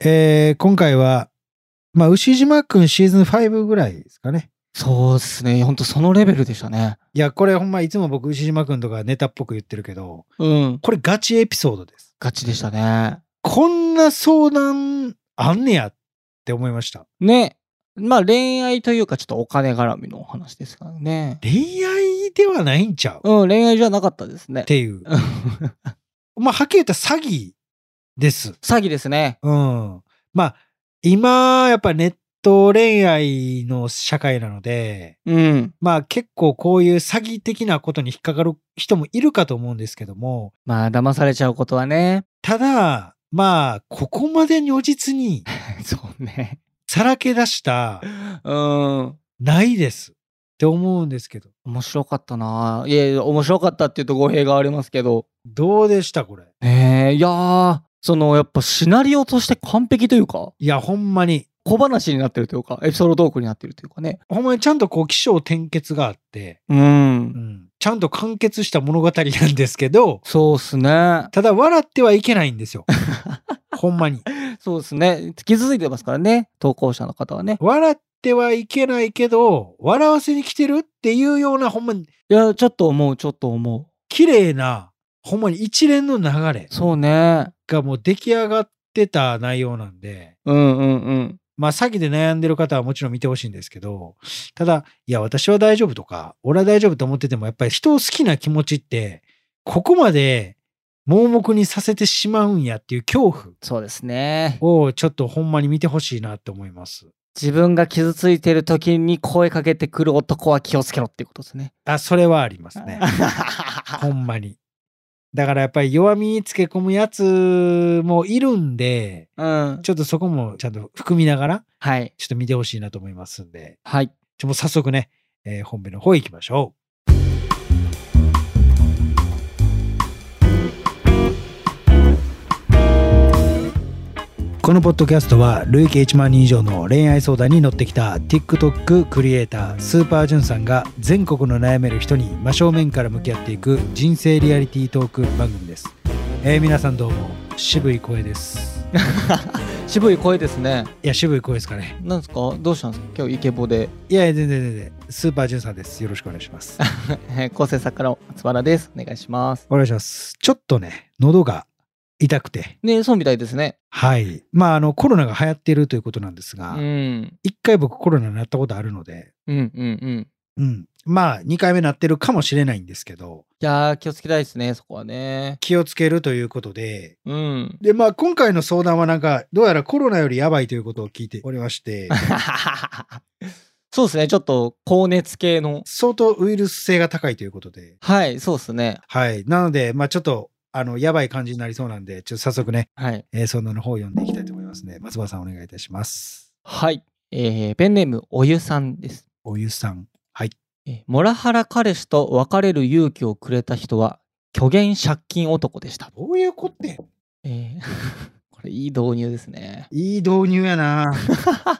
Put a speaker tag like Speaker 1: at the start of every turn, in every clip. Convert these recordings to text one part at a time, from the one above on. Speaker 1: えー今回は、まあ、牛島くんシーズン5ぐらいですかね。
Speaker 2: そうですね。ほんとそのレベルでしたね。
Speaker 1: いや、これほんまいつも僕、牛島くんとかネタっぽく言ってるけど、
Speaker 2: うん。
Speaker 1: これガチエピソードです。
Speaker 2: ガチでしたね。
Speaker 1: こんな相談あんねやって思いました。
Speaker 2: ね。まあ恋愛というかちょっとお金絡みのお話ですからね。
Speaker 1: 恋愛ではないんちゃうっ
Speaker 2: うん、恋愛じゃなかったですね。
Speaker 1: ていう。まあ、はっきり言ったら詐欺です。
Speaker 2: 詐欺ですね。
Speaker 1: うん。まあ、今、やっぱネット恋愛の社会なので、
Speaker 2: うん。
Speaker 1: まあ結構こういう詐欺的なことに引っかかる人もいるかと思うんですけども、
Speaker 2: まあ騙されちゃうことはね。
Speaker 1: ただ、まあ、ここまで如実に
Speaker 2: そうね。
Speaker 1: さらけ出した、
Speaker 2: うん。
Speaker 1: ないですって思うんですけど、
Speaker 2: 面白かったな。いや、面白かったって言うと語弊がありますけど。
Speaker 1: どうでしたこれ。
Speaker 2: ねえ、いやー、そのやっぱシナリオとして完璧というか、
Speaker 1: いや、ほんまに、
Speaker 2: 小話になってるというか、エピソードトークになってるというかね。
Speaker 1: ほんまにちゃんとこう、起承転結があって、
Speaker 2: う。
Speaker 1: うんん、ちゃんと完結した物語なんですけど、
Speaker 2: そうっすね。
Speaker 1: ただ笑ってはいけないん ですよ。ほんまに。
Speaker 2: そうですね。傷ついてますからね、投稿者の方はね。
Speaker 1: 笑ってはいけないけど、笑わせに来てるっていうような、ほんまに、
Speaker 2: いや、ちょっと思う、ちょっと思
Speaker 1: 綺麗な、ほんまに一連の流れ
Speaker 2: う。そうね。
Speaker 1: がもう出来上がってた内容なんで、
Speaker 2: うんうんうん。
Speaker 1: まあ詐欺で悩んでる方はもちろん見てほしいんですけど、ただ、いや、私は大丈夫とか、俺は大丈夫と思ってても、やっぱり人を好きな気持ちって、ここまで盲目にさせてしまうんやっていう恐怖
Speaker 2: そうですね。
Speaker 1: をちょっとほんまに見てほしいなって思います。
Speaker 2: 自分が傷ついてる時に声かけてくる男は気をつけろっていうことですね。
Speaker 1: あ、それはあります ね。ほんまに。だからやっぱり弱みにつけ込むやつもいるんで、
Speaker 2: うん。
Speaker 1: ちょっとそこもちゃんと含みながら、
Speaker 2: はい。
Speaker 1: ちょっと見てほしいなと思いますんで、
Speaker 2: はい。
Speaker 1: ちょもう早速ね、えー本編の方行きましょう。このポッドキャストは累計1万人以上の恋愛相談に乗ってきた TikTok クリエイタースーパージュンさんが全国の悩める人に真正面から向き合っていく人生リアリティートーク番組です、えー皆さんどうも渋い声です
Speaker 2: 渋い声ですね。
Speaker 1: いや渋い声ですかね
Speaker 2: なんですかどうしたんですか今日イケボで。
Speaker 1: いやいや全然全然スーパージュンさんですよろしくお願いします
Speaker 2: えー構成作家の松原です。お願いします。
Speaker 1: お願いします。ちょっとね、喉が痛くて。
Speaker 2: ねそうみたいですね。
Speaker 1: はい。まあ、あの、コロナが流行ってるということなんです
Speaker 2: う
Speaker 1: が、
Speaker 2: ん。
Speaker 1: 一回僕コロナになったことあるので、
Speaker 2: うんうんう
Speaker 1: う
Speaker 2: ん。
Speaker 1: ん。まあ、二回目なってるかもしれないんですけど、
Speaker 2: いやー、気をつけたいですね、そこはね。
Speaker 1: 気をつけるということで、
Speaker 2: うん。
Speaker 1: で、まあ、今回の相談はなんか、どうやらコロナよりやばいということを聞いておりま して、
Speaker 2: そうですね、ちょっと高熱系の。
Speaker 1: 相当ウイルス性が高いということで、
Speaker 2: はい、そうですね。
Speaker 1: はい。なので、まあ、ちょっと、あの、やばい感じになりそうなんで、ちょっと早速ね、
Speaker 2: はい。
Speaker 1: えー、相談の方を読んでいきたいと思いますね。松葉さん、お願いいたします。
Speaker 2: はい。えーペンネーム、おゆさんです。
Speaker 1: おゆさん。
Speaker 2: えーモラハラ彼氏と別れる勇気をくれた人は、虚言借金男でした。
Speaker 1: どういうことって
Speaker 2: えー これ、いい導入ですね。
Speaker 1: いい導入やな。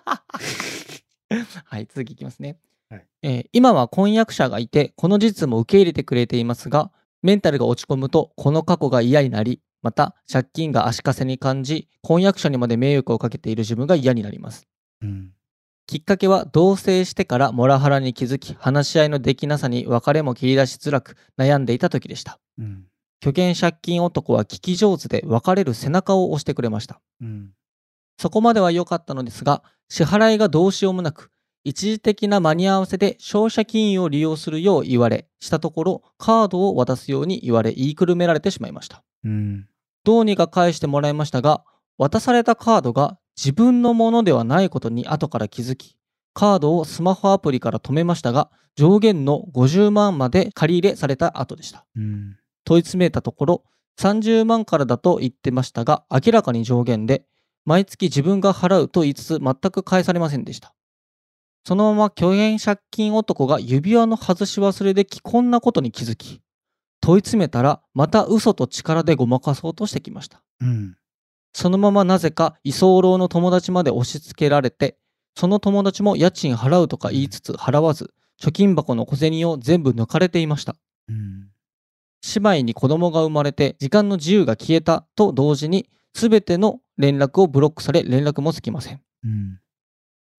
Speaker 2: はい、続きいきますね、
Speaker 1: はい
Speaker 2: えー今は婚約者がいて、この実務を受け入れてくれていますが、メンタルが落ち込むと、この過去が嫌になり、また借金が足かせに感じ、婚約者にまで迷惑をかけている自分が嫌になります。
Speaker 1: うん。
Speaker 2: きっかけは同棲してからモラハラに気づき、話し合いのできなさに別れも切り出しづらく悩んでいた時でした。
Speaker 1: うん。
Speaker 2: 虚言借金男は聞き上手で別れる背中を押してくれました。
Speaker 1: うん。
Speaker 2: そこまでは良かったのですが、支払いがどうしようもなく、一時的な間に合わせで消費者金融を利用するよう言われ、したところ、カードを渡すように言われ、言いくるめられてしまいました。
Speaker 1: うん。
Speaker 2: どうにか返してもらいましたが、渡されたカードが自分のものではないことに後から気づき、カードをスマホアプリから止めましたが、上限の50万まで借り入れされた後でした。
Speaker 1: うん。
Speaker 2: 問い詰めたところ30万からだと言ってましたが明らかに上限で毎月自分が払うと言いつつ全く返されませんでしたそのまま虚言借金男が指輪の外し忘れで既婚なことに気づき問い詰めたらまた嘘と力でごまかそうとしてきました
Speaker 1: うん。
Speaker 2: そのままなぜか居候の友達まで押し付けられて、その友達も家賃払うとか言いつつ払わず、貯金箱の小銭を全部抜かれていました。
Speaker 1: うん。
Speaker 2: 姉妹に子供が生まれて時間の自由が消えたと同時にすべての連絡をブロックされ連絡もつきません。
Speaker 1: うん。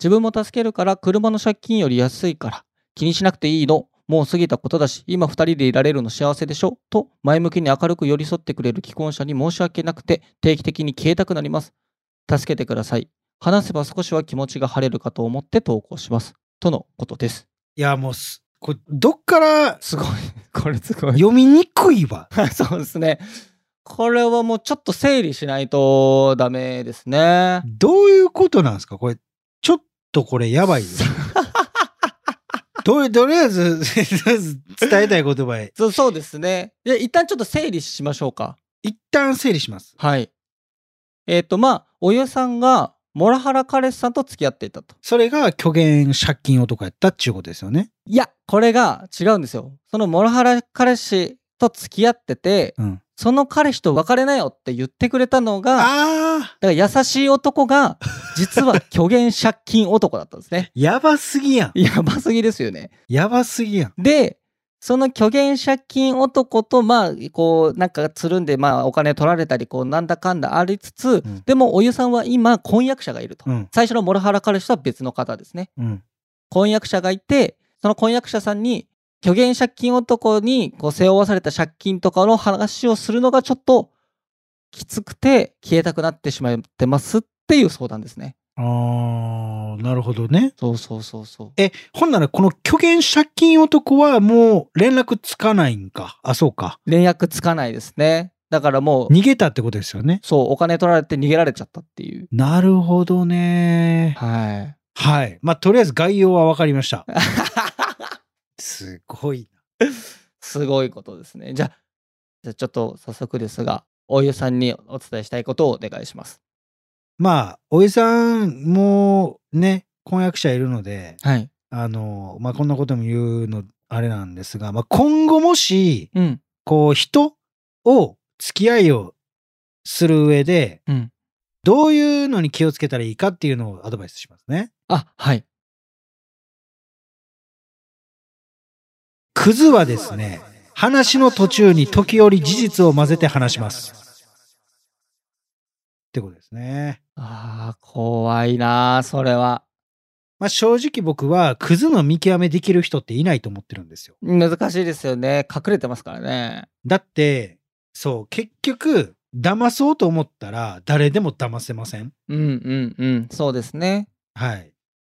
Speaker 2: 自分も助けるから車の借金より安いから気にしなくていいの。もう過ぎたことだし、今二人でいられるの幸せでしょと前向きに明るく寄り添ってくれる既婚者に申し訳なくて定期的に消えたくなります。助けてください。話せば少しは気持ちが晴れるかと思って投稿します。とのことです。
Speaker 1: いや、もうす、これ、どっから
Speaker 2: すごい。 これすごい。
Speaker 1: 読みにくいわ。
Speaker 2: そうですね。これはもうちょっと整理しないとダメですね。
Speaker 1: どういうことなんですかこれ、ちょっとこれやばいよ。とりとりあえず、とりあえず伝えたい言葉へ。
Speaker 2: そうそうですね。で一旦ちょっと整理しましょうか。
Speaker 1: 一旦整理します。
Speaker 2: はい。えっ、と、まあ、おゆさんが、モラハラ彼氏さんと付き合っていたと。
Speaker 1: それが虚言借金男やったっちゅうことですよね。
Speaker 2: いや、これが違うんですよ。そのモラハラ彼氏と付き合ってて、
Speaker 1: うん。
Speaker 2: その彼氏と別れなよって言ってくれたのが、
Speaker 1: ああ。
Speaker 2: だから優しい男が、実は虚言借金男だったんですね
Speaker 1: やばすぎやん。
Speaker 2: やばすぎですよね。
Speaker 1: やばすぎやん。
Speaker 2: で、その虚言借金男と、まあ、こう、なんかつるんで、まあ、お金取られたり、こう、なんだかんだありつつ、
Speaker 1: うん
Speaker 2: でも、おゆさんは今、婚約者がいると。
Speaker 1: うん。
Speaker 2: 最初のモラハラ彼氏とは別の方ですね。
Speaker 1: うん。
Speaker 2: 婚約者がいて、その婚約者さんに、虚言借金男にこう背負わされた借金とかの話をするのがちょっときつくて消えたくなってしまってますっていう相談ですね。
Speaker 1: ああ、なるほどね。
Speaker 2: そうそうそうそう。
Speaker 1: え、ほんならこの虚言借金男はもう連絡つかないんか。あ、そうか。
Speaker 2: 連絡つかないですね。だからもう、
Speaker 1: 逃げたってことですよね。
Speaker 2: そう、お金取られて逃げられちゃったっていう。
Speaker 1: なるほどね。
Speaker 2: はい。
Speaker 1: はい。まあ、とりあえず概要は分かりました。すごいな。
Speaker 2: すごいことですね。じゃあ、じゃあちょっと早速ですが、おゆさんにお伝えしたいことをお願いします。
Speaker 1: まあ、おじさんもね、婚約者いるので、
Speaker 2: はい。
Speaker 1: あの、まあ、こんなことも言うの、あれなんですが、まあ、今後もし、
Speaker 2: うん。
Speaker 1: こう、人を付き合いをする上で、
Speaker 2: うん。
Speaker 1: どういうのに気をつけたらいいかっていうのをアドバイスしますね。
Speaker 2: あ、はい。
Speaker 1: クズはですね、話の途中に時折事実を混ぜて話します。ってことですね。
Speaker 2: ああ、怖いなあ、それは。
Speaker 1: まあ、正直僕はクズの見極めできる人っていないと思ってるんですよ。
Speaker 2: 難しいですよね。隠れてますからね。
Speaker 1: だって、そう、結局、騙そうと思ったら誰でも騙せません。
Speaker 2: うんうんうん、そうですね。
Speaker 1: はい。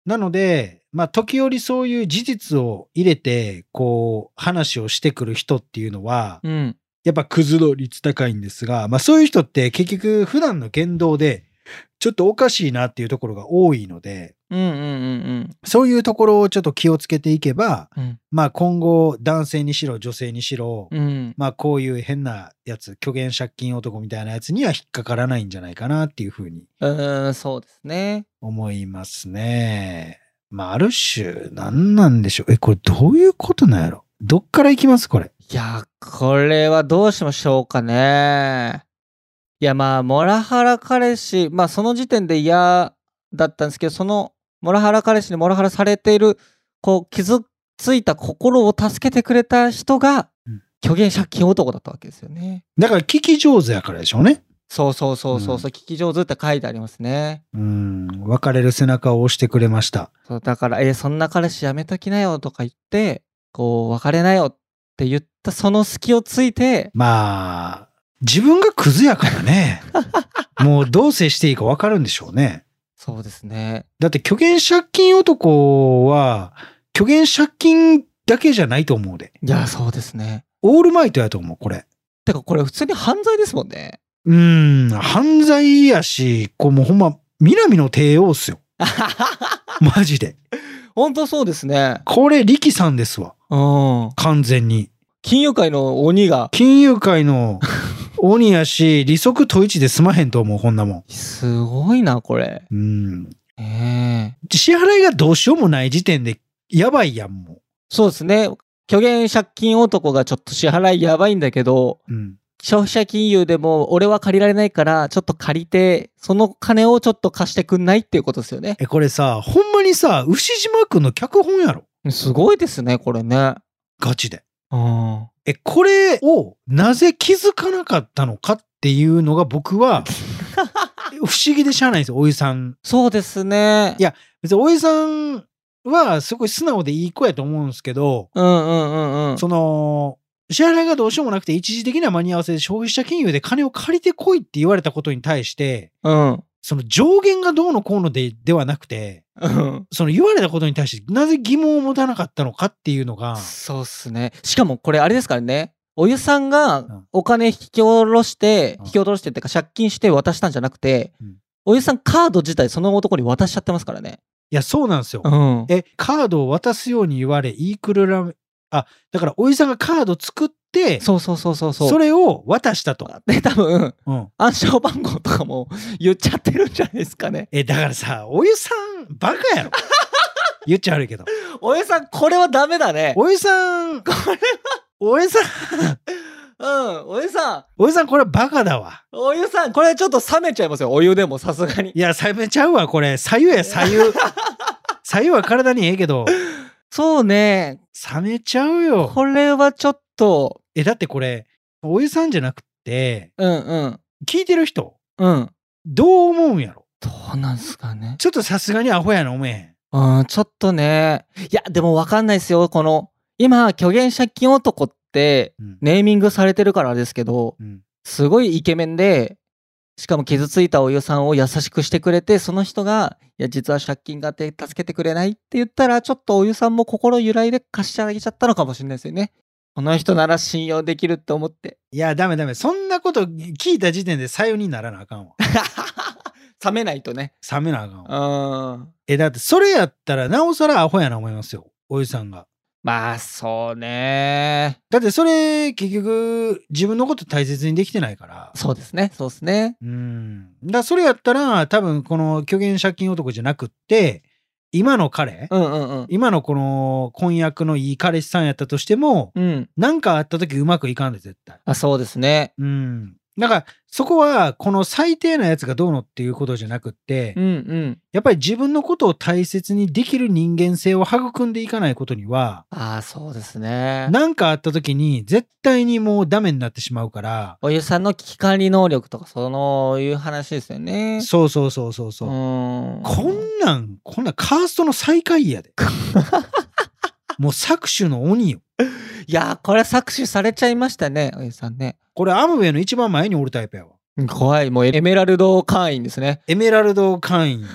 Speaker 1: なので、まあ、時折そういう事実を入れて、こう、話をしてくる人っていうのは、
Speaker 2: うん。
Speaker 1: やっぱクズ度率高いんですが、まあ、そういう人って結局普段の言動で、ちょっとおかしいなっていうところが多いので、
Speaker 2: うんうんうん
Speaker 1: そういうところをちょっと気をつけていけば、
Speaker 2: うん。うん
Speaker 1: まあ、今後、男性にしろ、女性にしろ、
Speaker 2: うん。
Speaker 1: まあこういう変なやつ、虚言借金男みたいなやつには引っかからないんじゃないかなっていうふうに
Speaker 2: うーん、そうですね。
Speaker 1: 思いますね。まあある種、何なんでしょう。え、これどういうことなんやろどっから行きますこれ。
Speaker 2: いや、これはどうしましょうかね。いや、まあ、モラハラ彼氏、まあ、その時点で嫌だったんですけど、そのモラハラ彼氏にモラハラされている、こう、傷ついた心を助けてくれた人が
Speaker 1: うん、
Speaker 2: 虚言借金男だったわけですよね。
Speaker 1: だから聞き上手やからでしょうね。
Speaker 2: そうそうそうそう
Speaker 1: うん
Speaker 2: そう、聞き上手って書いてありますね。
Speaker 1: うん。別れる背中を押してくれました。
Speaker 2: そうだから、えーそんな彼氏やめときなよとか言って、こう、別れなよって言ったその隙をついて、
Speaker 1: まあ、自分がクズやからね。もうどう接していいかわかるんでしょうね。
Speaker 2: そうですね。
Speaker 1: だって虚言借金男は、虚言借金だけじゃないと思うで。
Speaker 2: いや、そうですね。
Speaker 1: オールマイトやと思う、これ。
Speaker 2: てか、これ普通に犯罪ですもんね。
Speaker 1: うーん、犯罪やし、こうもうほんま、南の帝王っすよ。マジで。
Speaker 2: 本当そうですね。
Speaker 1: これ、力さんですわ。
Speaker 2: うん。
Speaker 1: 完全に。
Speaker 2: 金融界の鬼が、
Speaker 1: 金融界の鬼やし、利息統一で済まへんと思う、こんなもん。
Speaker 2: すごいな、これ。
Speaker 1: うん。
Speaker 2: ねえ
Speaker 1: 支払いがどうしようもない時点で、やばいやん、も
Speaker 2: そうですね。虚言借金男がちょっと支払いやばいんだけど、
Speaker 1: う。うん。
Speaker 2: 消費者金融でも俺は借りられないからちょっと借りてその金をちょっと貸してくんないっていうことですよね
Speaker 1: え、これさ、ほんまにさ、牛島くんの脚本やろ。
Speaker 2: すごいですねこれね
Speaker 1: ガチで。
Speaker 2: うん
Speaker 1: え、これをなぜ気づかなかったのかっていうのが僕は不思議でしゃあないんですよ、おじさん。
Speaker 2: そうですね。
Speaker 1: いや別におじさんはすごい素直でいい子やと思うんですけど、
Speaker 2: うんうんうんうん。
Speaker 1: その、支払いがどうしようもなくて一時的な間に合わせで消費者金融で金を借りてこいって言われたことに対して、
Speaker 2: うん。
Speaker 1: その上限がどうのこうのでではなくて、
Speaker 2: うん。
Speaker 1: その言われたことに対してなぜ疑問を持たなかったのかっていうのが、
Speaker 2: そうっすね。しかもこれあれですからね。お湯さん
Speaker 1: ん
Speaker 2: がお金引き下ろして、
Speaker 1: うん
Speaker 2: 引き下ろしてっていうか借金して渡したんじゃなくて、
Speaker 1: うん
Speaker 2: お湯さんカード自体その男に渡しちゃってますからね。
Speaker 1: いや、そうなんですよ
Speaker 2: う。ん。
Speaker 1: え、カードを渡すように言われ、言いくるらめ、あ、だからおじさんがカード作って、
Speaker 2: そうそうそうそうそう。
Speaker 1: それを渡したと。
Speaker 2: で、多分、
Speaker 1: うん。
Speaker 2: 暗証番号とかも 言っちゃってるんじゃないですかね。
Speaker 1: え、だからさ、お湯さん、バカ やろ。言っちゃ悪いけど。
Speaker 2: お湯さん、これはダメだね。
Speaker 1: お湯さん、
Speaker 2: こ
Speaker 1: お湯さん、
Speaker 2: れ、うん。お湯さん、
Speaker 1: お湯さん、これバカだわ。
Speaker 2: お湯さん、これちょっと冷めちゃいますよ。お湯でもさすがに。
Speaker 1: いや、さめちゃうわ、これ。左右や、左 右。左右は体にええけど、
Speaker 2: そうね。
Speaker 1: 冷めちゃうよ。
Speaker 2: これはちょっと、
Speaker 1: え、だってこれ、お湯さんじゃなくて、
Speaker 2: うんうん。
Speaker 1: 聞いてる人、
Speaker 2: うん。
Speaker 1: どう思うんやろ
Speaker 2: どうなんすかね。
Speaker 1: ちょっとさすがにアホやな、思えへん。
Speaker 2: うん、ちょっとね。いや、でもわかんないですよ。この、今、虚言借金男って、
Speaker 1: うん
Speaker 2: ネーミングされてるからですけど、
Speaker 1: うん
Speaker 2: すごいイケメンで、しかも傷ついたお湯さんを優しくしてくれて、その人が、いや、実は借金があって助けてくれないって言ったら、ちょっとお湯さんも心揺らいで貸してあげちゃったのかもしれないですよね。この人なら信用できるって思って。
Speaker 1: いや、ダメダメ。そんなこと聞いた時点で左右にならなあかんわ。
Speaker 2: 冷めないとね。
Speaker 1: 冷めなあかん
Speaker 2: うん
Speaker 1: わ。。え、だってそれやったら、なおさらアホやな思いますよ。おじさんが。
Speaker 2: まあ、そうね。
Speaker 1: だってそれ、結局、自分のこと大切にできてないから。
Speaker 2: そうですね。そうですね。
Speaker 1: うん。だからそれやったら、多分この虚言借金男じゃなくって、今の彼、
Speaker 2: うんうんうん。
Speaker 1: 今のこの婚約のいい彼氏さんやったとしても、
Speaker 2: うん。
Speaker 1: なんかあった時うまくいかんで、絶対。
Speaker 2: あ、そうですね。
Speaker 1: うん。だから、そこは、この最低なやつがどうのっていうことじゃなくって、
Speaker 2: うんうん。
Speaker 1: やっぱり自分のことを大切にできる人間性を育んでいかないことには、
Speaker 2: ああ、そうですね。
Speaker 1: 何かあった時に絶対にもうダメになってしまうから、
Speaker 2: お湯さんの危機管理能力とか、そのいう話ですよね。
Speaker 1: そうそうそうそうそうう。
Speaker 2: ーん。
Speaker 1: こんなん、こんなんカーストの最下位や で。もう搾取の鬼よ。
Speaker 2: いやー、これ搾取されちゃいましたね、お湯さんね。
Speaker 1: これアムウェイの一番前におるタイプやわ。
Speaker 2: 怖い。もうエメラルド会員ですね。
Speaker 1: エメラルド会 員。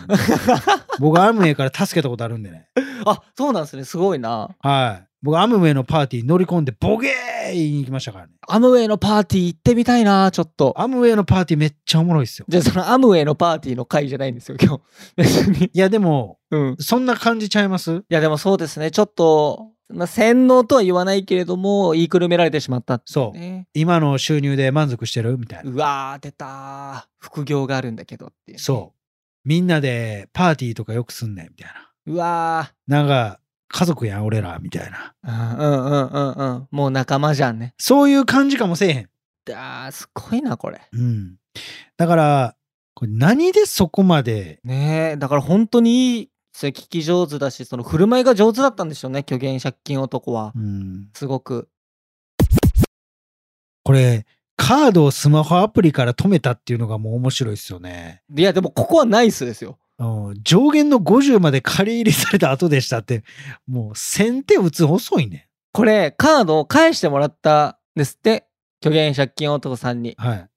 Speaker 1: 僕アムウェイから助けたことあるんでね。
Speaker 2: あ、そうなんですね。すごいな。
Speaker 1: はい。僕アムウェイのパーティーに乗り込んでボゲー言いに行きましたからね。
Speaker 2: アムウェイのパーティー行ってみたいな、ちょっと。
Speaker 1: アムウェイのパーティーめっちゃおもろいっすよ。
Speaker 2: じゃあ、そのアムウェイのパーティーの会じゃないんですよ、今日。 別に。
Speaker 1: いやでも、
Speaker 2: うん。い
Speaker 1: そんな感じちゃいます
Speaker 2: や、でもそうですね。ちょっと、まあ、洗脳とは言わないけれども、言いくるめられてしまったってい
Speaker 1: そう。
Speaker 2: ね。
Speaker 1: 今の収入で満足してるみたいな。
Speaker 2: うわー出たー副業があるんだけどっていうね、
Speaker 1: そう。みんなでパーティーとかよくすんねんみたいう
Speaker 2: うわ
Speaker 1: な。なんか、家族やん、俺ら、みたいな。
Speaker 2: ーうんうんうんうんうんもう仲間じゃんね
Speaker 1: そういう感じかもせえへん。
Speaker 2: あーすごいなこれ
Speaker 1: うん。だから、これ何でそこまで、
Speaker 2: ねえだから本当にいいそれ聞き上手だしその振る舞いが上手だったんでしょうね虚言借金男は
Speaker 1: うん。
Speaker 2: すごく
Speaker 1: これ、カードをスマホアプリから止めたっていうのがもう面白いですよね。
Speaker 2: いやでもここはナイスですよ
Speaker 1: うん上限の50まで借り入れされた後でしたって、もう先手打つ遅いね。
Speaker 2: これカードを返してもらったんですって虚言借金男さんに
Speaker 1: はい。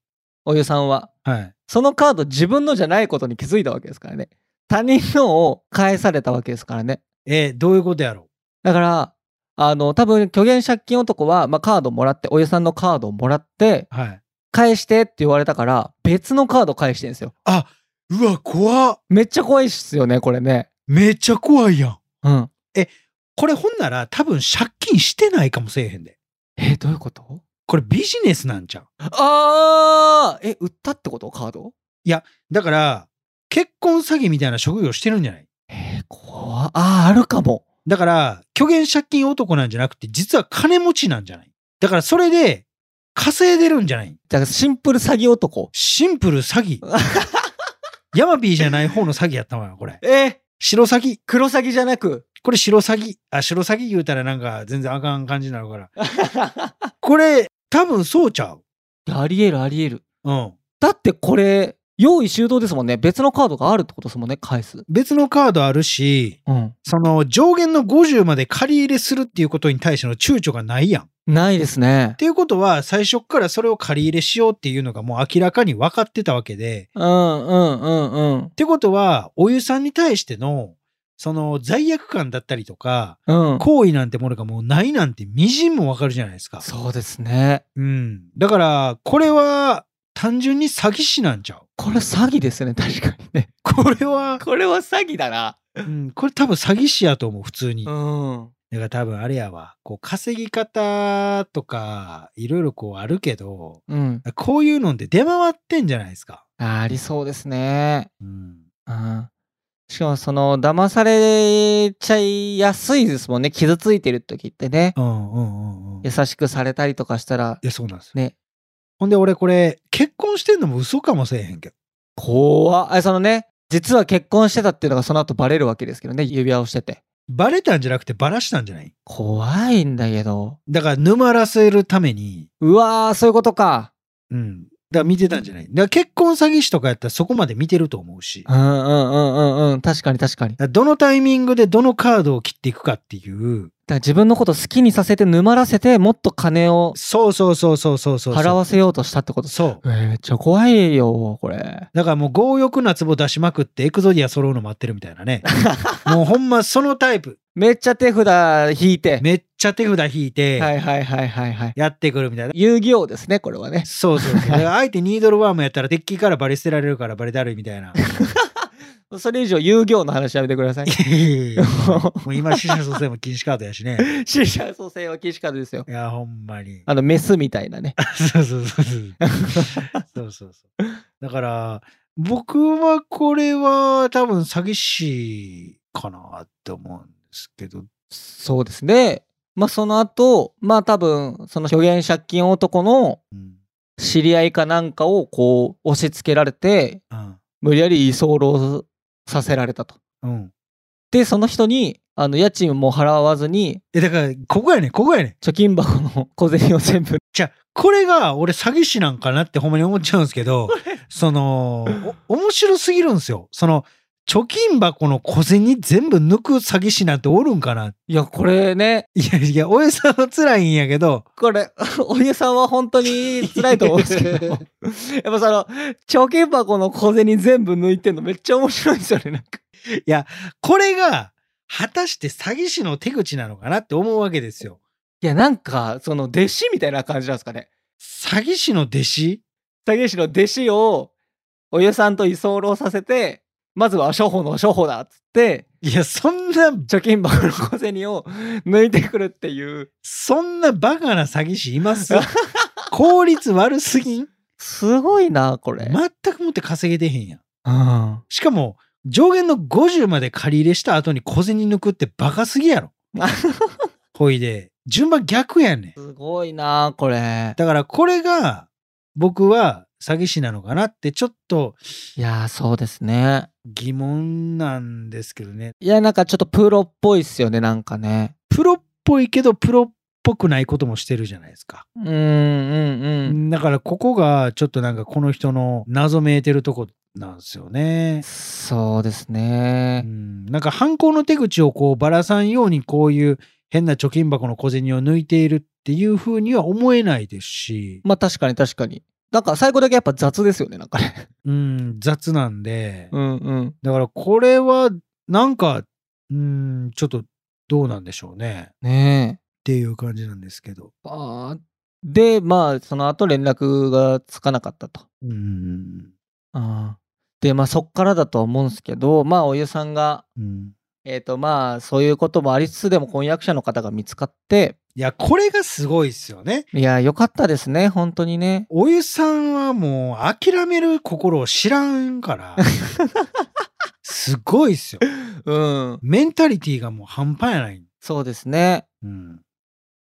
Speaker 2: お湯さんは
Speaker 1: はい。
Speaker 2: そのカード自分のじゃないことに気づいたわけですからね他人のを返されたわけですからね
Speaker 1: えーどういうことやろう
Speaker 2: だから、あの、多分、虚言借金男は、まあ、カードもらって、お湯さんのカードをもらって、
Speaker 1: はい。
Speaker 2: 返してって言われたから、別のカード返してんですよ。
Speaker 1: うわ、怖っ
Speaker 2: めっちゃ怖いっすよね、これね。
Speaker 1: めっちゃ怖いやん。
Speaker 2: うん。
Speaker 1: これほんなら多分借金してないかもせえへんで。
Speaker 2: え、どういうこと
Speaker 1: これビジネスなんちゃう
Speaker 2: あーえ、売ったってことカード
Speaker 1: だから、結婚詐欺みたいな職業してるんじゃない
Speaker 2: えー、怖っあー、あるかも。
Speaker 1: だから、虚言借金男なんじゃなくて、実は金持ちなんじゃないだからそれで、稼いでるんじゃない
Speaker 2: だから、シンプル詐欺男。
Speaker 1: シンプル詐 欺。ヤマビーじゃない方の詐欺やったわよ、これ。
Speaker 2: えー、
Speaker 1: 白詐欺。
Speaker 2: 黒詐欺じゃなく。
Speaker 1: これ白詐欺。あ、白詐欺言うたらなんか全然あかん感じになるから。 これ、多分そうちゃう。
Speaker 2: ありえる、ありえる。
Speaker 1: うん。
Speaker 2: だって、これ、用意周到ですもんね。別のカードがあるってことですもんね、返す。
Speaker 1: 別のカードあるし、
Speaker 2: うん。
Speaker 1: その上限の50まで借り入れするっていうことに対しての躊躇がないやん。っ
Speaker 2: ないですね。
Speaker 1: ていうことは、最初っからそれを借り入れしようっていうのがもう明らかに分かってたわけで、
Speaker 2: うんうんうんうん
Speaker 1: っ。てことは、お湯さんに対しての、その罪悪感だったりとか、
Speaker 2: うん。
Speaker 1: 行為なんてものがもうないなんてみじんもわかるじゃないですか。
Speaker 2: そうですね。
Speaker 1: うん。だから、これは単純に詐欺師なんちゃう
Speaker 2: これ詐欺ですね、確かにね。
Speaker 1: これは、
Speaker 2: これは詐欺だな。
Speaker 1: うん、これ多分詐欺師やと思う、普通に。
Speaker 2: うん。
Speaker 1: だから多分あれやわ、こう稼ぎ方とか、いろいろこうあるけど、
Speaker 2: うん。
Speaker 1: こういうのって出回ってんじゃないですか。
Speaker 2: ありそうですね。
Speaker 1: うん。
Speaker 2: うん。しかもその、騙されちゃいやすいですもんね。傷ついてる時ってね。
Speaker 1: うんうんうんうん。い
Speaker 2: 優しくされたりとかしたら、
Speaker 1: や、そうなんですよ。
Speaker 2: ね。
Speaker 1: ほんで俺これ、結婚してんのも嘘かもしれへんけど。
Speaker 2: 怖っ。え、そのね、実は結婚してたっていうのがその後バレるわけですけどね、指輪をしてて。
Speaker 1: バレたんじゃなくてバラしたんじゃない
Speaker 2: 怖いんだけど。
Speaker 1: だから沼らせるために、
Speaker 2: うわー、そういうことか。
Speaker 1: うん。だから見てたんじゃないだから結婚詐欺師とかやったらそこまで見てると思うし。
Speaker 2: うんうんうんうんうん。確かに確かに。だか
Speaker 1: どのタイミングでどのカードを切っていくかっていう。
Speaker 2: ら自分のこと好きにさせて沼らせて、もっと金を
Speaker 1: そうそうそうそうそうそうそう。
Speaker 2: 払わせようとしたってこと。
Speaker 1: そう。
Speaker 2: えーめっちゃ怖いよ、これ。
Speaker 1: だからもう強欲な壺出しまくってエクゾディア揃うの待ってるみたいな ね。もうほんまそのタイプ。
Speaker 2: めっちゃ手札引いて。
Speaker 1: めっちゃ手札引い
Speaker 2: は
Speaker 1: て
Speaker 2: いはいはいはいはい。
Speaker 1: やってくるみたいな。
Speaker 2: 遊戯王ですね、これはね。
Speaker 1: そうそうそう。だから相手ニードルワームやったらデッキからバリ捨てられるからバリだるいみたいな。い
Speaker 2: それ以上遊戯王の話やめてください。
Speaker 1: やいやい やもう今死者蘇生も禁止カードやしね。
Speaker 2: 死者蘇生は岸からですよ。
Speaker 1: いやほんまに。
Speaker 2: あの、メスみたいなね。
Speaker 1: そうそうそうそう。そうそうそう。だから、僕はこれは多分詐欺師かなって思うんですけど。
Speaker 2: そうですね。まあその後、まあ多分、その虚言借金男の
Speaker 1: うん。
Speaker 2: 知り合いかなんかをこう押し付けられて、
Speaker 1: うん。
Speaker 2: 無理やり居候させられたと。
Speaker 1: うん。
Speaker 2: で、その人に、あの、家賃も払わずに、
Speaker 1: え、だから、ここやねんここやねん
Speaker 2: 貯金箱の小銭を全部。
Speaker 1: じゃあこれが俺詐欺師なんかなってほんまに思っちゃうんですけど、その、お面白すぎるんですよ。その、貯金箱の小銭全部抜く詐欺師なんておるんかない
Speaker 2: や、これね、
Speaker 1: いやいや、おやさんは辛いんやけど、
Speaker 2: これ、 お湯さんは本当に辛いと思うんですけど、やっぱその、貯金箱の小銭全部抜いてんのめっちゃ面白いんですよね、なんか。
Speaker 1: これが、果たして詐欺師の手口なのかなって思うわけですよ。
Speaker 2: いや、なんか、その、弟子みたいな感じなんですかね。
Speaker 1: 詐欺師の弟子
Speaker 2: 詐欺師の弟子を、お湯さんと居候させて、まずは処方の処方だっつって、
Speaker 1: いや、そんな、
Speaker 2: 貯金箱の小銭を 抜いてくるっていう、
Speaker 1: そんなバカな詐欺師います効率悪すぎん
Speaker 2: すごいな、これ。
Speaker 1: 全くもって稼げてへんやん。
Speaker 2: うん。
Speaker 1: しかも、上限の50まで借り入れした後に小銭抜くってバカすぎやろ。ほいで、順番逆やねん。
Speaker 2: すごいな、これ。
Speaker 1: だからこれが、僕は詐欺師なのかなってちょっと
Speaker 2: いや、そうですね。
Speaker 1: 疑問なんですけどね。
Speaker 2: いや、なんかちょっとプロっぽいっすよね、なんかね。
Speaker 1: プロっぽいけど、プロっぽくないこともしてるじゃないですか。
Speaker 2: うん、うん、うん。
Speaker 1: だからここがちょっとなんかこの人の謎めいてるとこなんですよね。
Speaker 2: そうです
Speaker 1: う
Speaker 2: ね。
Speaker 1: んなんか犯行の手口をこうばらさんようにこういう変な貯金箱の小銭を抜いているっていうふうには思えないですし、
Speaker 2: まあ、確かに確かに。なんか最後だけやっぱ雑ですよね、なんかね。
Speaker 1: うん、雑なんで、
Speaker 2: うん、うん。
Speaker 1: だからこれはなんか、うん、ちょっとどうなんでしょうねっ
Speaker 2: ねえ。
Speaker 1: ていう感じなんですけど。
Speaker 2: あーで、まあ、その後連絡がつかなかったと。
Speaker 1: うん、
Speaker 2: で、まあ、そっからだとは思うんですけど、まあ、お湯さんが、
Speaker 1: うん
Speaker 2: えっ、と、まあ、そういうこともありつつでも婚約者の方が見つかって、
Speaker 1: いや、これがすごいですよね。
Speaker 2: いや、よかったですね、本当にね。
Speaker 1: お湯さんはもう諦める心を知らん から、すごいっすよ。
Speaker 2: うん。
Speaker 1: メンタリティがもう半端やない。
Speaker 2: そうですね。
Speaker 1: うん。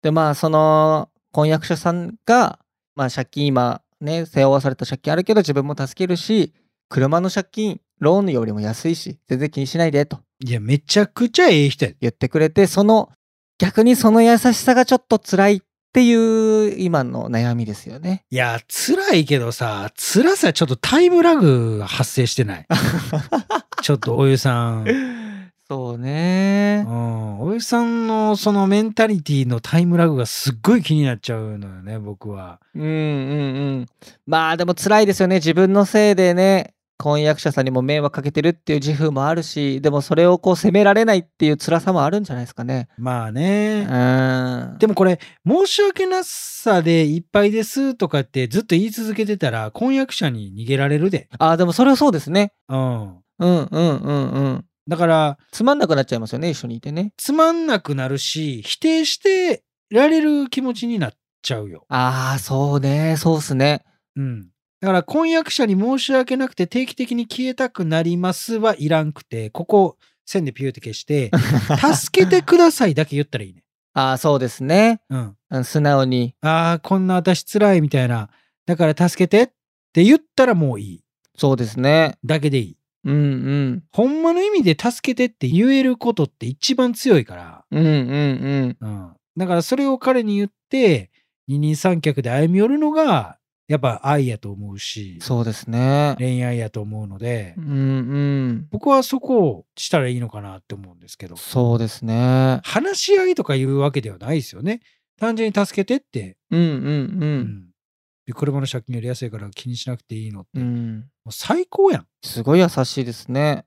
Speaker 2: で、まあ、その、婚約者さんが、まあ、借金今、ね、背負わされた借金あるけど、自分も助けるし、車の借金、ローンよりも安いし、全然気にしないで、と。
Speaker 1: いや、めちゃくちゃええ人や。
Speaker 2: 言ってくれてその逆にその優しさがちょっと辛いっっていう今の悩みですよね。
Speaker 1: いや、辛いけどさ、辛さちょっとタイムラグが発生して ない。ちょっとお湯さん。
Speaker 2: そう
Speaker 1: う
Speaker 2: ね。
Speaker 1: ん、お湯さんのそのメンタリティのタイムラグがすっごい気になっちゃうのよね、僕は。
Speaker 2: うんうんうん。まあでも辛いですよね。自分のせいでね、婚約者さんにも迷惑かけてるっていう自負もあるし、でもそれをこう責められないっていう辛さもあるんじゃないですかね。
Speaker 1: まあ
Speaker 2: う
Speaker 1: ね。
Speaker 2: ん。
Speaker 1: でもこれ、申し訳なさでいっぱいですとかってずっと言い続けてたら、婚約者に逃げられるで。
Speaker 2: ああ、でもそれはそうですね。
Speaker 1: うん。
Speaker 2: うんうんうんうん。
Speaker 1: だから、
Speaker 2: つまんなくなっちゃいますよね、一緒にいてね。
Speaker 1: つまんなくなるし、否定してられる気持ちになっちゃうよ。
Speaker 2: ああ、そうね。そうっす ね。
Speaker 1: うん。だから婚約者に申し訳なくて定期的に消えたくなりますはいらんくて、ここ線でピューって消して、助けてくださいだけ言ったらいいね。
Speaker 2: ああ、そうですね。
Speaker 1: うん。
Speaker 2: うん素直に。
Speaker 1: ああ、こんな私辛いみたいな。だから助けてって言ったらもういい。
Speaker 2: そうですね。
Speaker 1: だけでいい。
Speaker 2: うんうん。
Speaker 1: ほんまの意味で助けてって言えることって一番強いから。
Speaker 2: うんうん
Speaker 1: うん。だからそれを彼に言って、二人三脚で歩み寄るのが、やっぱ愛やと思う
Speaker 2: う
Speaker 1: し
Speaker 2: ん。、そうですね。
Speaker 1: 恋愛やと思うので
Speaker 2: う、んうん。
Speaker 1: 僕はそこをしたらいいのかなって思うんですけど、
Speaker 2: そうですね。
Speaker 1: 話し合いとかいうわけではないですよね。単純に助けてって、
Speaker 2: うんう
Speaker 1: うんん。で車の借金より安いから気にしなくていいのって、
Speaker 2: うん。う
Speaker 1: も
Speaker 2: ん。
Speaker 1: う最高やん。
Speaker 2: すごい優しいですね。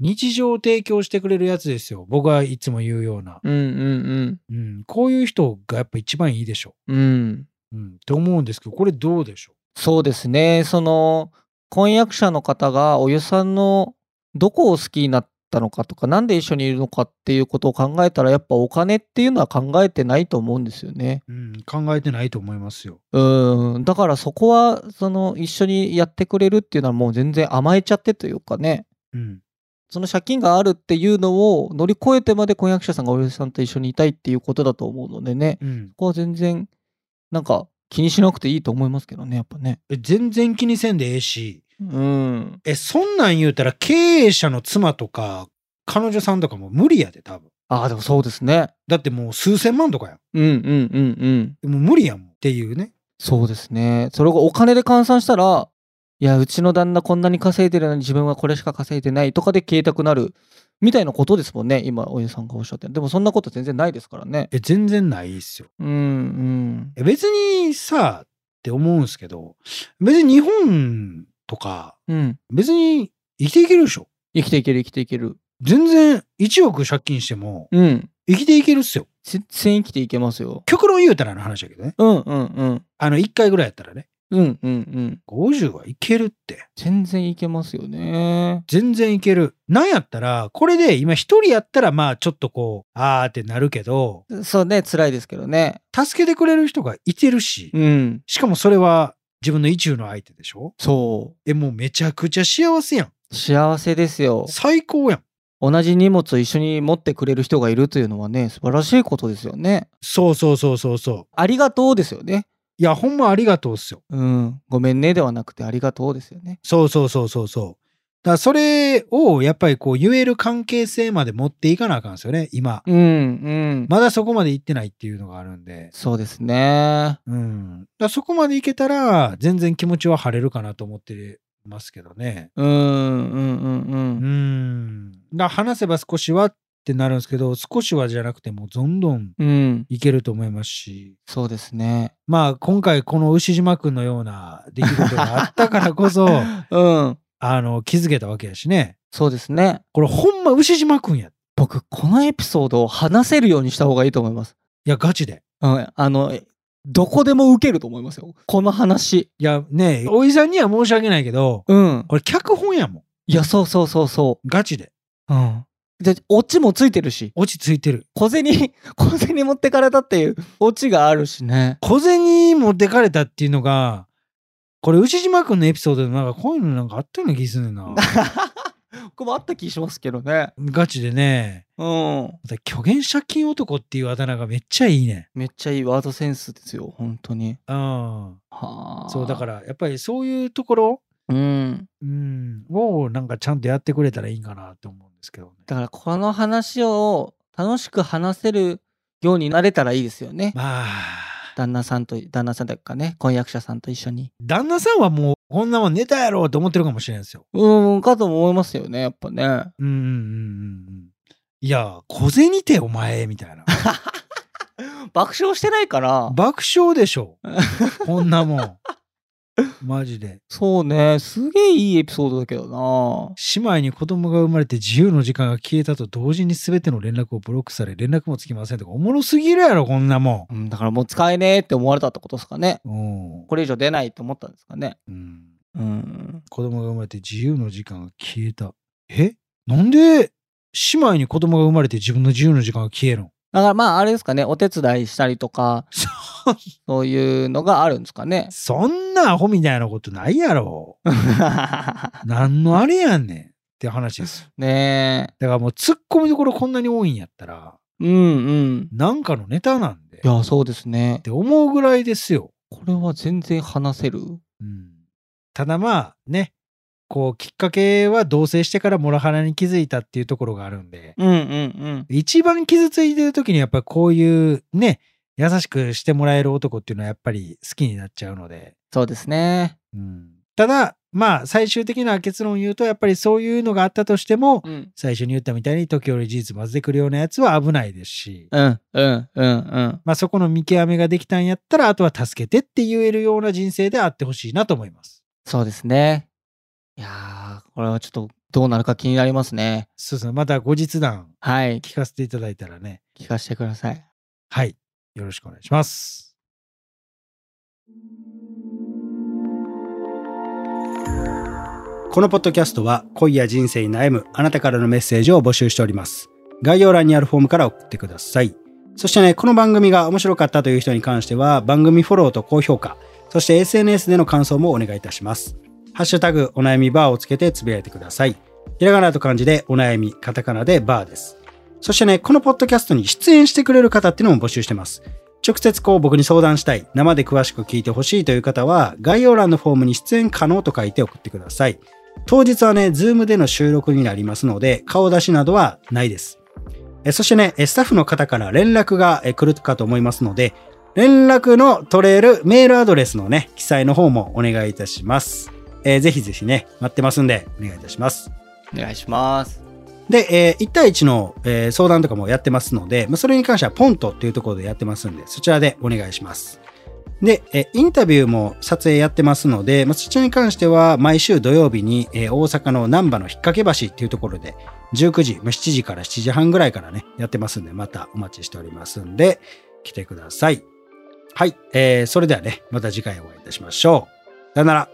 Speaker 1: 日常を提供してくれるやつですよ。僕はいつも言うような。
Speaker 2: うんうん
Speaker 1: うん。こういう人がやっぱ一番いいでしょ
Speaker 2: うん。うん。
Speaker 1: う。うん。って思うんですけど、これどうでしょ
Speaker 2: そうですね。その、婚約者の方がお湯さんのどこを好きになったのかとか、なんで一緒にいるのかっていうことを考えたら、やっぱお金っていうのは考えてないと思うんですよね。
Speaker 1: う。うん。考えてないと思いますよ。
Speaker 2: うん。だからそこは、その、一緒にやってくれるっていうのはもう全然甘えちゃってというかね。
Speaker 1: うん。
Speaker 2: その借金があるっていうのを乗り越えてまで婚約者さんがお嫁さんと一緒にいたいっていうことだと思うのでね、
Speaker 1: うん
Speaker 2: こ。こは全然、なんか気にしなくていいと思いますけどね、やっぱね。
Speaker 1: え全然気にせんでええし、
Speaker 2: うん。
Speaker 1: え、そんなん言うたら経営者の妻とか、彼女さんとかも無理やで、多分。
Speaker 2: ああ、でもそうですね。
Speaker 1: だってもう数千万とかやん。
Speaker 2: うんうんうんうん。
Speaker 1: もう無理やもんっていうね。
Speaker 2: そうですね。それがお金で換算したら、いや、うちの旦那こんなに稼いでるのに自分はこれしか稼いでないとかで消えたくなるみたいなことですもんね、今、お嫁さんがおっしゃってる。でもそんなこと全然ないですからね。
Speaker 1: え、全然ないっすよ。
Speaker 2: うんうん。
Speaker 1: え、別にさ、って思うんすけど、別に日本とか、
Speaker 2: うん。
Speaker 1: 別に生きていけるでしょ。
Speaker 2: 生きていける生きていける。
Speaker 1: 全然1億借金しても
Speaker 2: うん。
Speaker 1: 生きていけるっすよ。
Speaker 2: 全然生きていけますよ。
Speaker 1: 極論言うたらの話だけどね。
Speaker 2: うんうんうん。
Speaker 1: あの、1回ぐらいやったらね、
Speaker 2: うんうんうん。
Speaker 1: 50はいけるって。
Speaker 2: 全然いけますよね。
Speaker 1: 全然いける。なんやったら、これで今一人やったら、まあちょっとこう、あーってなるけど、
Speaker 2: そうね、辛いですけどね。
Speaker 1: 助けてくれる人がいてるし、
Speaker 2: うん。
Speaker 1: しかもそれは自分の一中の相手でしょ
Speaker 2: そ
Speaker 1: え、もうめちゃくちゃ幸せやん。
Speaker 2: う。幸せですよ。
Speaker 1: 最高やん。
Speaker 2: 同じ荷物を一緒に持ってくれる人がいるというのはね、素晴らしいことですよね。
Speaker 1: そうそうそうそうそう。
Speaker 2: ありがとうですよね。
Speaker 1: いや、ほんまありがとうっすよ。
Speaker 2: うん。ごめんねではなくてありがとうですよね。
Speaker 1: そうそうそうそうそう。だからそれをやっぱりこう言える関係性まで持っていかなあかんですよね、今。
Speaker 2: うんうん。
Speaker 1: まだそこまで行ってないっていうのがあるんで。
Speaker 2: そうですね。
Speaker 1: うん。だからそこまで行けたら、全然気持ちは晴れるかなと思ってますけどね。
Speaker 2: うんうんうんう。
Speaker 1: うんん。だから話せば少しはってなるんですけど、少しはじゃなくてもうどんどん
Speaker 2: うん。
Speaker 1: いけると思いますし。
Speaker 2: そうですね。
Speaker 1: まあ今回この牛島くんのような出来事があったからこそ
Speaker 2: うん。
Speaker 1: あの気づけたわけやしね
Speaker 2: そうですね。
Speaker 1: これほんま牛島くんやい
Speaker 2: 僕、このエピソードを話せるようにした方がいいと思います。
Speaker 1: やガチで
Speaker 2: うん、あの、えどこでも受けると思いますよ。この話。
Speaker 1: いやねえおじさんには申し訳ないけど
Speaker 2: うん。
Speaker 1: これ脚本やもん
Speaker 2: いや、そうそうそうそ
Speaker 1: ガチで
Speaker 2: う。うん。で、オチもついてるし、
Speaker 1: 落ち着いてる
Speaker 2: 小銭、 小銭持ってかれたっていうオチがあるしね。
Speaker 1: 小銭持ってかれたっていうのがこれ牛島くんのエピソードでもなんかこういうのなんかあったような気すんねんな
Speaker 2: 僕もあった気しますけどね。
Speaker 1: ガチでね
Speaker 2: うん。
Speaker 1: また虚言借金男っていうあだ名がめっちゃいいね
Speaker 2: めっちゃいいワードセンスですよ、本当に。
Speaker 1: うん
Speaker 2: はあ。。
Speaker 1: そうだかららやっぱりそういうところ
Speaker 2: うん。
Speaker 1: うん、をなんかちゃんとやってくれたらいいかなって思うんですけどね。
Speaker 2: だから、この話を楽しく話せるようになれたらいいですよね。
Speaker 1: まあ、
Speaker 2: 旦那さんと、旦那さんだかね、婚約者さんと一緒に。
Speaker 1: 旦那さんはもうこんなもんネタやろうと思ってるかもしれないですよ。
Speaker 2: うーん、かと思いますよね、やっぱね。
Speaker 1: うんうんうんうんうん。いや小銭てお前みたいな
Speaker 2: 爆笑してないから。
Speaker 1: 爆笑でし ょこんなもんマジで
Speaker 2: そうね、すげえいいエピソードだけどな。
Speaker 1: 姉妹に子供が生まれて自由の時間が消えたと同時に全ての連絡をブロックされ連絡もつきませんとかおもろすぎるやろこんなも
Speaker 2: うん、だからもう使えねえって思われたってことですかね。
Speaker 1: んうん、
Speaker 2: これ以上出ないと思ったんですかね。
Speaker 1: うん、
Speaker 2: うん。
Speaker 1: 子供が生まれて自由の時間が消えたえなんで姉妹に子供が生まれて自分の自由の時間が消えるの
Speaker 2: だからまあ、あれですかね、お手伝いしたりとか、
Speaker 1: そ。
Speaker 2: そういうのがあるんですかね
Speaker 1: そんなアホみたいなことないやろ何のあれやんねんって話です
Speaker 2: ね
Speaker 1: だからもう突っ込みどころこんなに多いんやったら、
Speaker 2: え。うんうん。
Speaker 1: なんかのネタなんで、っ
Speaker 2: いや、そうですね。
Speaker 1: て思うぐらいですよ。
Speaker 2: これは全然話せる。
Speaker 1: うん、ただまあね、こうきっかけは同棲してからモラハラに気づいたっていうところがあるんで、
Speaker 2: うんうんうん。
Speaker 1: 一番傷ついてる時にやっぱりこういうね、優しくしてもらえる男っていうのはやっぱり好きになっちゃうので、
Speaker 2: そうですね。
Speaker 1: うん、ただまあ最終的な結論を言うとやっぱりそういうのがあったとしても、
Speaker 2: うん。
Speaker 1: 最初に言ったみたいに時折事実混ぜてくるようなやつは危ないですし、
Speaker 2: うんうんうんうん。
Speaker 1: まあ、そこの見極めができたんやったら、あとは助けてって言えるような人生であってほしいなと思います。
Speaker 2: そうですね。いやー、これはちょっとどうなるか気になりますね。
Speaker 1: そうですね。また後日談
Speaker 2: はい。
Speaker 1: 聞かせていただいたらね。
Speaker 2: 聞かせてください。
Speaker 1: はい。よろしくお願いします。このポッドキャストは恋や人生に悩むあなたからのメッセージを募集しております。概要欄にあるフォームから送ってください。そしてね、この番組が面白かったという人に関しては番組フォローと高評価、そして SNS での感想もお願いいたします。ハッシュタグお悩みバーをつけてつぶやいてください。ひらがなと漢字でお悩み、カタカナでバーです。そしてね、このポッドキャストに出演してくれる方っていうのも募集してます。直接こう僕に相談したい、生で詳しく聞いてほしいという方は、概要欄のフォームに出演可能と書いて送ってください。当日はね、ズームでの収録になりますので、顔出しなどはないです。えそしてね、えスタッフの方から連絡がえ来るかと思いますので、連絡の取れるメールアドレスのね、記載の方もお願いいたします。えーぜひぜひね、待ってますんで、お願いいたします。
Speaker 2: お願いします。
Speaker 1: で、え1対1の、えー相談とかもやってますので、まあ、それに関してはポントっていうところでやってますんで、そちらでお願いします。で、えーインタビューも撮影やってますので、まあ、そちらに関しては毎週土曜日に、えー大阪の難波の引っ掛け橋っていうところで、19時、まあ、7時から7時半ぐらいからね、やってますんで、またお待ちしておりますんで、来てください。はい、えーそれではね、また次回お会いいたしましょう。さよなら。